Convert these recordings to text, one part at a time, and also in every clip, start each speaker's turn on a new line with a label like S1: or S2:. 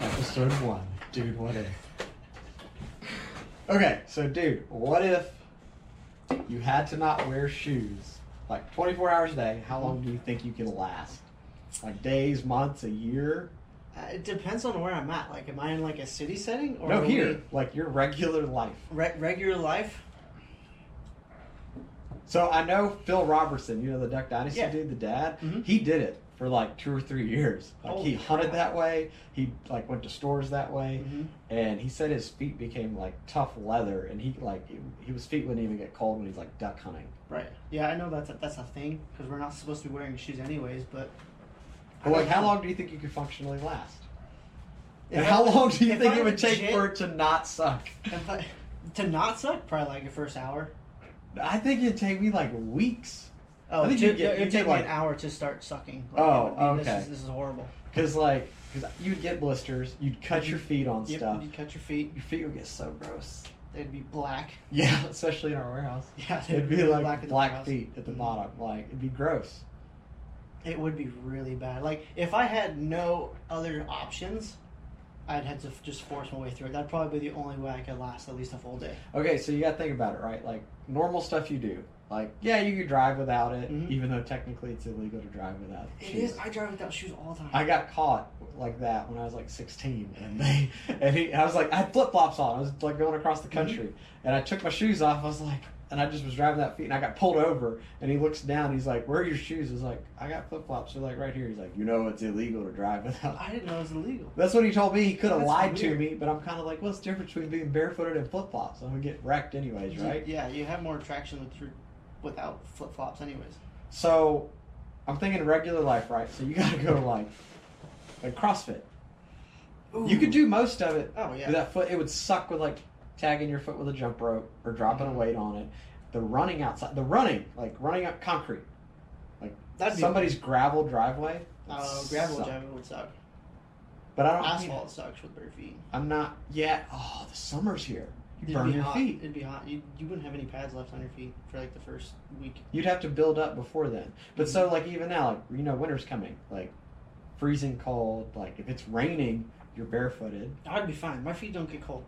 S1: Episode one. Dude, what if? Okay, so dude, what if you had to not wear shoes like 24 hours a day? How long do you think you can last? Like days, months, a year?
S2: Uh, it depends on where I'm at. Like, am I in like a city setting or
S1: no,
S2: are
S1: here, like your regular life.
S2: we re- regular life?
S1: So I know Phil Robertson, you know the Duck Dynasty
S2: Yeah.
S1: dude, the dad.
S2: Mhm.
S1: He did it for like two or three years. Like
S2: Holy
S1: he hunted
S2: crap. Mm-hmm.
S1: that way. He like went to stores that way, and he said his feet became like tough leather, and he like he, his feet wouldn't even get cold when he's like duck hunting.
S2: Right. Yeah, I know that's a, that's a thing because we're not supposed to be wearing shoes anyways. But
S1: But like, how long do you think you could functionally last?
S2: If
S1: And
S2: I
S1: how
S2: was-
S1: long do you
S2: if
S1: think
S2: I
S1: it would
S2: legit-
S1: take for it to not suck?
S2: If I, to not suck, probably like your first hour.
S1: I think it'd take me like weeks.
S2: Oh,
S1: I think
S2: to-
S1: you'd get-
S2: it
S1: you'd
S2: took
S1: get,
S2: me
S1: like-
S2: an hour to start sucking. Like,
S1: Oh,
S2: it would be-
S1: okay.
S2: This is, this is horrible.
S1: Cause like, cause you'd get blisters. You'd cut your feet on
S2: Mm-hmm. Yep,
S1: stuff.
S2: You cut your feet,
S1: Your feet would get so gross.
S2: they'd be black.
S1: Yeah, especially in our warehouse.
S2: Yeah,
S1: It'd be like black,
S2: in the house.
S1: feet at the Mm-hmm.
S2: Mhm.
S1: bottom. Like it'd be gross.
S2: It would be really bad. Like if I had no other options, I'd had to f- just force my way through it. That'd probably be the only way I could last at least a full day.
S1: Okay, so you gotta think about it, right? Like normal stuff you do. Like yeah, you could drive without it,
S2: Mhm.
S1: even though technically it's illegal to drive without
S2: It
S1: shoes.
S2: is. I drive without shoes all the time.
S1: I got caught like that when I was like 16, and they and he, I was like I had flip flops on. I was like going across the country, and I took my shoes off. I was like, and I just was driving that feet, and I got pulled over. And he looks down. He's like, "Where are your shoes?" I was like, "I got flip flops. They're like right here." He's like, "You know it's illegal to drive without."
S2: I didn't know it was illegal.
S1: That's what he told me. He could have
S2: That's
S1: lied
S2: weird.
S1: to me, but I'm kind of like, what's the difference between being barefooted and flip flops? I'm gonna get wrecked anyways, right?
S2: Yeah, you have more traction with your, without flip flops, anyways.
S1: So, I'm thinking regular life, right? So you gotta go like, like CrossFit. You could do most of it.
S2: Oh, yeah.
S1: With that foot, it would suck with like tagging your foot with a jump rope or dropping
S2: Mm-hmm.
S1: a weight on it. The running outside, the running, like running up concrete,
S2: That'd be-
S1: somebody's gravel driveway. would
S2: Uh, gravel
S1: suck.
S2: driving would suck.
S1: But I don't.
S2: Asphalt sucks with bare feet.
S1: I'm not yet. Oh, the summer's here. You
S2: It'd
S1: burn
S2: be
S1: your
S2: hot.
S1: feet.
S2: It'd be hot. You, you wouldn't have any pads left on your feet for like the first week.
S1: You'd have to build up before then. But
S2: Mm-hmm.
S1: so like even now, like you know, winter's coming, like freezing cold. Like if it's raining, you're barefooted.
S2: I'd be fine. My feet don't get cold.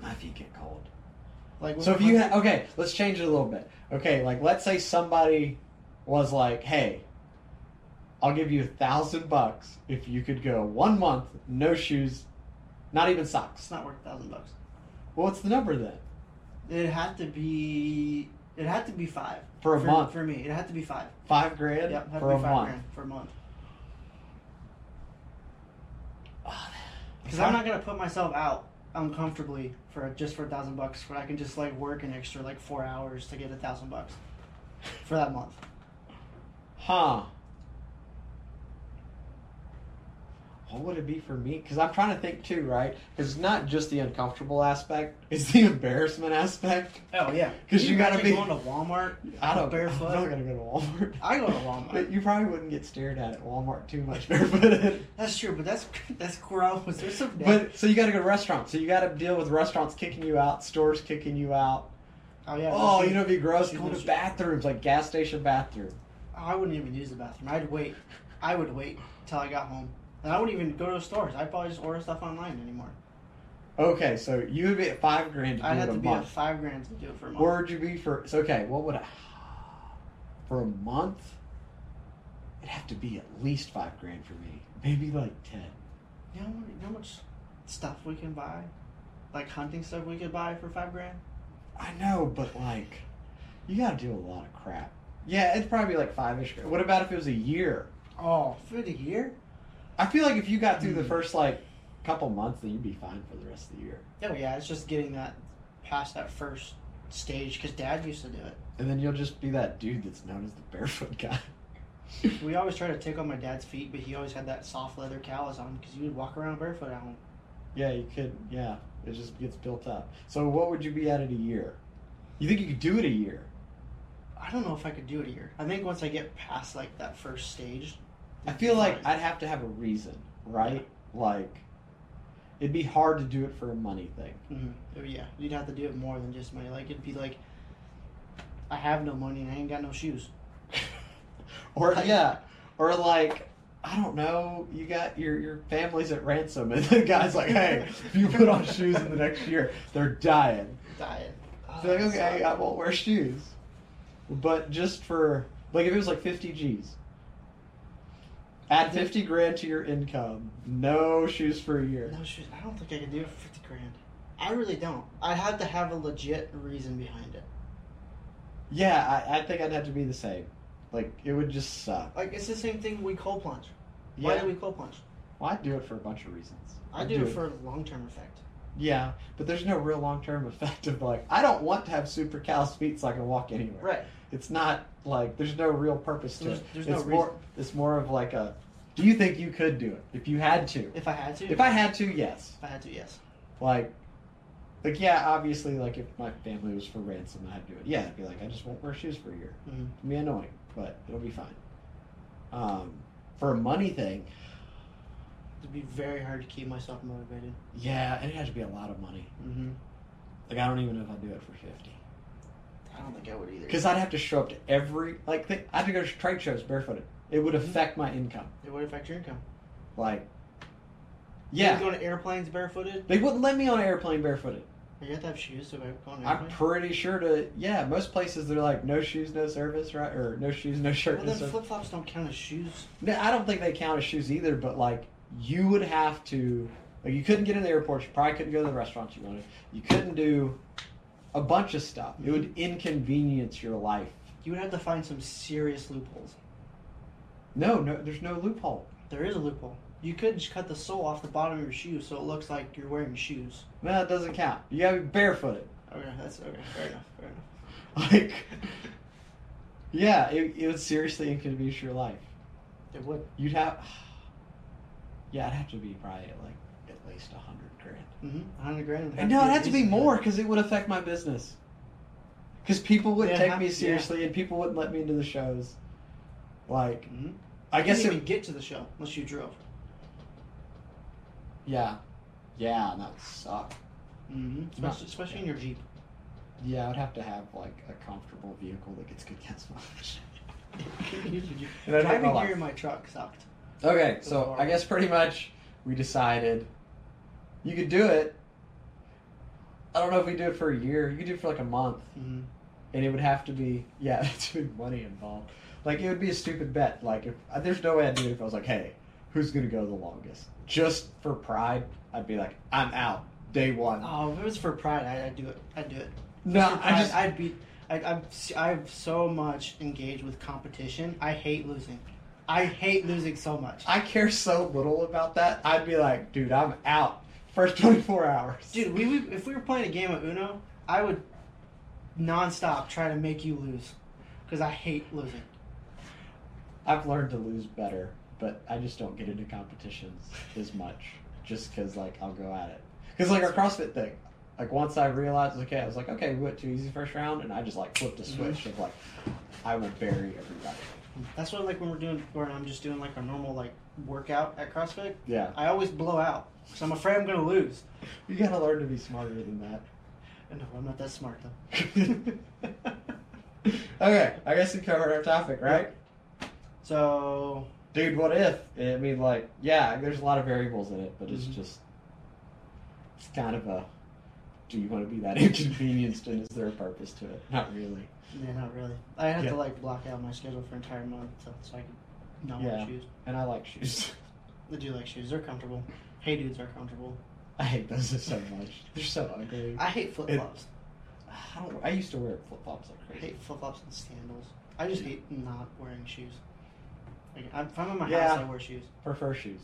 S1: My feet get cold.
S2: Like when-
S1: So if you
S2: when-
S1: had okay, let's change it a little bit. Okay, like let's say somebody was like, "Hey, I'll give you a thousand bucks if you could go one month, no shoes, not even
S2: it's
S1: socks."
S2: not worth a thousand bucks.
S1: Well, what's the number then?
S2: It had to be. It had to be five
S1: For a month.
S2: For me, it had to be five.
S1: Five grand
S2: Yep, had
S1: for
S2: to
S1: a
S2: be five
S1: month.
S2: grand for a month.
S1: Oh,
S2: Because I'm not gonna put myself out uncomfortably for just for a thousand bucks, where I can just like work an extra like four hours to get a thousand bucks for that month.
S1: Huh. What would it be for me? Because I'm trying to think too, right? Because it's not just the uncomfortable aspect; it's the embarrassment aspect.
S2: Oh yeah,
S1: 'Cause you gotta
S2: imagine
S1: be-
S2: going to Walmart.
S1: I don't.
S2: Barefoot?
S1: I'm not gonna go to Walmart.
S2: I go to Walmart.
S1: But you probably wouldn't get stared at at Walmart too much barefooted.
S2: That's true, but that's that's gross. There's some.
S1: But so you got to go to restaurants. So you got to deal with restaurants kicking you out, stores kicking you out.
S2: oh yeah.
S1: Oh,
S2: that's-
S1: you know, it'd be gross
S2: That's
S1: going to
S2: true.
S1: bathrooms, like gas station bathroom.
S2: I wouldn't even use the bathroom. I'd wait. I would wait till I got home, and I wouldn't even go to stores. I'd probably just order stuff online anymore.
S1: Okay, so you would be at five grand to do
S2: I'd
S1: it
S2: have
S1: a
S2: to be
S1: month.
S2: at five grand to do it for a month.
S1: Where would you be for? So okay, what would I for a month? It'd have to be at least five grand for me, maybe like ten.
S2: you know, you know how much stuff we can buy, like hunting stuff we could buy for five grand.
S1: I know, but like, you gotta do a lot of crap. Yeah, it'd probably be like five ish. What about if it was a year?
S2: Oh, for the year?
S1: I feel like if you got through the
S2: Hmm.
S1: first like couple months, then you'd be fine for the rest of the year.
S2: Oh yeah, it's just getting that past that first stage because Dad used to do it.
S1: And then you'll just be that dude that's known as the barefoot guy.
S2: We always tried to take on my dad's feet, but he always had that soft leather callus on because you would walk around barefoot at home.
S1: Yeah, you could. Yeah, it just gets built up. So what would you be at in a year? You think you could do it a year?
S2: I don't know if I could do it here. I think once I get past like that first stage,
S1: I feel like
S2: I,
S1: I'd have to have a reason, right? Like, it'd be hard to do it for a money thing.
S2: Mm-hmm. Oh, yeah, you'd have to do it more than just money. Like it'd be like, I have no money and I ain't got no shoes.
S1: Or,
S2: Like-
S1: yeah. Or, like, I don't know. You got your your family's at ransom, and the guy's like, "Hey, if you put on shoes in the next year, they're dying."
S2: Diet.
S1: It's like,
S2: Oh,
S1: okay, I won't wear shoes. But just for like, if it was like fifty G's, add fifty grand to your income, no shoes for a year.
S2: No shoes. I don't think I could do it for fifty grand. I really don't. I'd have to have a legit reason behind it.
S1: Yeah, I, I think I'd have to be the same. Like, it would just suck.
S2: Like it's the same thing we cold plunge.
S1: Yeah,
S2: Why do we cold plunge?
S1: well, I'd do it for a bunch of reasons.
S2: I
S1: I'd
S2: do it for long term effect.
S1: Yeah, but there's no real long term effect of like I don't want to have super callous feet so I can walk anywhere.
S2: Right.
S1: It's not like there's no real purpose to
S2: There's-
S1: it.
S2: there's no
S1: it's more it's more of like a do you think you could do it if you had to?
S2: If I had to.
S1: If I had to, yes.
S2: If I had to, yes.
S1: Like like yeah, obviously like if my family was for ransom I'd do it. Yeah, I'd be like, I just won't wear shoes for a year.
S2: Mm-hmm.
S1: It'll be annoying, but it'll be fine. Um for a money thing,
S2: It'd be very hard to keep myself motivated.
S1: yeah, and it has to be a lot of money.
S2: Mm-hmm.
S1: Like I don't even know if I'd do it for fifty.
S2: I don't think I would either.
S1: Because I'd have to show up to every like thing. I had to go to trade shows barefooted. It
S2: Mm-hmm.
S1: would affect my income.
S2: it would affect your income.
S1: Like,
S2: You'd
S1: yeah,
S2: go to airplanes barefooted.
S1: they wouldn't let me on an airplane barefooted.
S2: You have to have shoes to go on an
S1: I'm
S2: airplane.
S1: pretty sure to yeah. Most places they're like no shoes, no service, right? Or no shoes, no shirt,
S2: Well,
S1: no
S2: then
S1: service.
S2: flip flops don't count as shoes.
S1: No, I don't think they count as shoes either. But like, you would have to. Like, you couldn't get in the airport. You probably couldn't go to the restaurants you wanted. You couldn't do a bunch of stuff. It would inconvenience your life.
S2: You would have to find some serious loopholes.
S1: No, no, there's no loophole.
S2: There is a loophole. You could just cut the sole off the bottom of your shoe so it looks like you're wearing shoes.
S1: No, it doesn't count. You gotta be barefooted.
S2: Okay, that's okay. Fair enough. Fair enough.
S1: Like, yeah, it, it would seriously inconvenience your life.
S2: It would.
S1: You'd have, yeah, it'd have to be probably at like at least a hundred grand.
S2: Mm-hmm. 100 grand. would
S1: And no, it'd
S2: a
S1: have to be
S2: reason.
S1: more because it would affect my business. Because people wouldn't
S2: They'd
S1: take
S2: have-
S1: me
S2: yeah.
S1: seriously, and people wouldn't let me into the shows. Like,
S2: Mhm.
S1: I
S2: I
S1: guess
S2: guess you
S1: it.
S2: didn't even get to the show unless you drove.
S1: yeah, yeah, and that would suck.
S2: Mm-hmm.
S1: No.
S2: Especially, especially in your Jeep.
S1: Yeah, I would have to have like a comfortable vehicle that gets good gas mileage. And I don't
S2: Driving
S1: know why.
S2: gear in my truck sucked.
S1: Okay,
S2: It was
S1: so I
S2: horrible.
S1: guess pretty much we decided you could do it. I don't know if we do it for a year. You could do it for like a month,
S2: Mm-hmm.
S1: and it would have to be yeah, it's big money involved. Like it would be a stupid bet. Like if uh, there's no way I'd do it if I was like, hey, who's gonna go the longest? Just for pride, I'd be like, I'm out day one.
S2: Oh, if it was for pride, I'd, I'd do it. I'd do it.
S1: No,
S2: For
S1: I
S2: pride,
S1: just
S2: I'd be. I, I'm. s- I'm so much engaged with competition. I hate losing. I hate losing so much.
S1: I care so little about that. I'd be like, dude, I'm out first 24 hours.
S2: Dude, we, we if we were playing a game of Uno, I would nonstop try to make you lose because I hate losing.
S1: I've learned to lose better, but I just don't get into competitions as much just because, like, I'll go at it. Because, like, our CrossFit thing, like, once I realized, okay, I was like, okay, we went too easy first round, and I just, like, flipped a switch of, like, I will bury everybody.
S2: That's why, like when we're doing, or I'm just doing like a normal like workout at CrossFit,
S1: Yeah.
S2: I always blow out because I'm afraid I'm gonna lose.
S1: You gotta learn to be smarter than that.
S2: No, I'm not that smart though.
S1: okay, I guess we covered our topic, right?
S2: So
S1: Dude, what if? I mean, like, yeah, there's a lot of variables in it, but it's
S2: Mhm.
S1: just, it's kind of a, do you want to be that inconvenienced and is there a purpose to it? Not really.
S2: yeah, not really. I had
S1: Yeah.
S2: to like block out my schedule for an entire month so, so I could not
S1: Yeah.
S2: wear shoes.
S1: And I like shoes.
S2: I do like shoes. They're comfortable. Hey dudes are comfortable.
S1: I hate those so much. They're so ugly.
S2: I hate flip flops.
S1: I, don't, I used to wear flip flops like
S2: I
S1: crazy.
S2: hate flip flops and sandals. I just hate not wearing shoes. Like, I'm- if I'm in my
S1: Yeah.
S2: house, I wear shoes.
S1: Prefer shoes.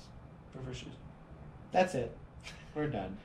S2: Prefer shoes.
S1: That's it. We're done.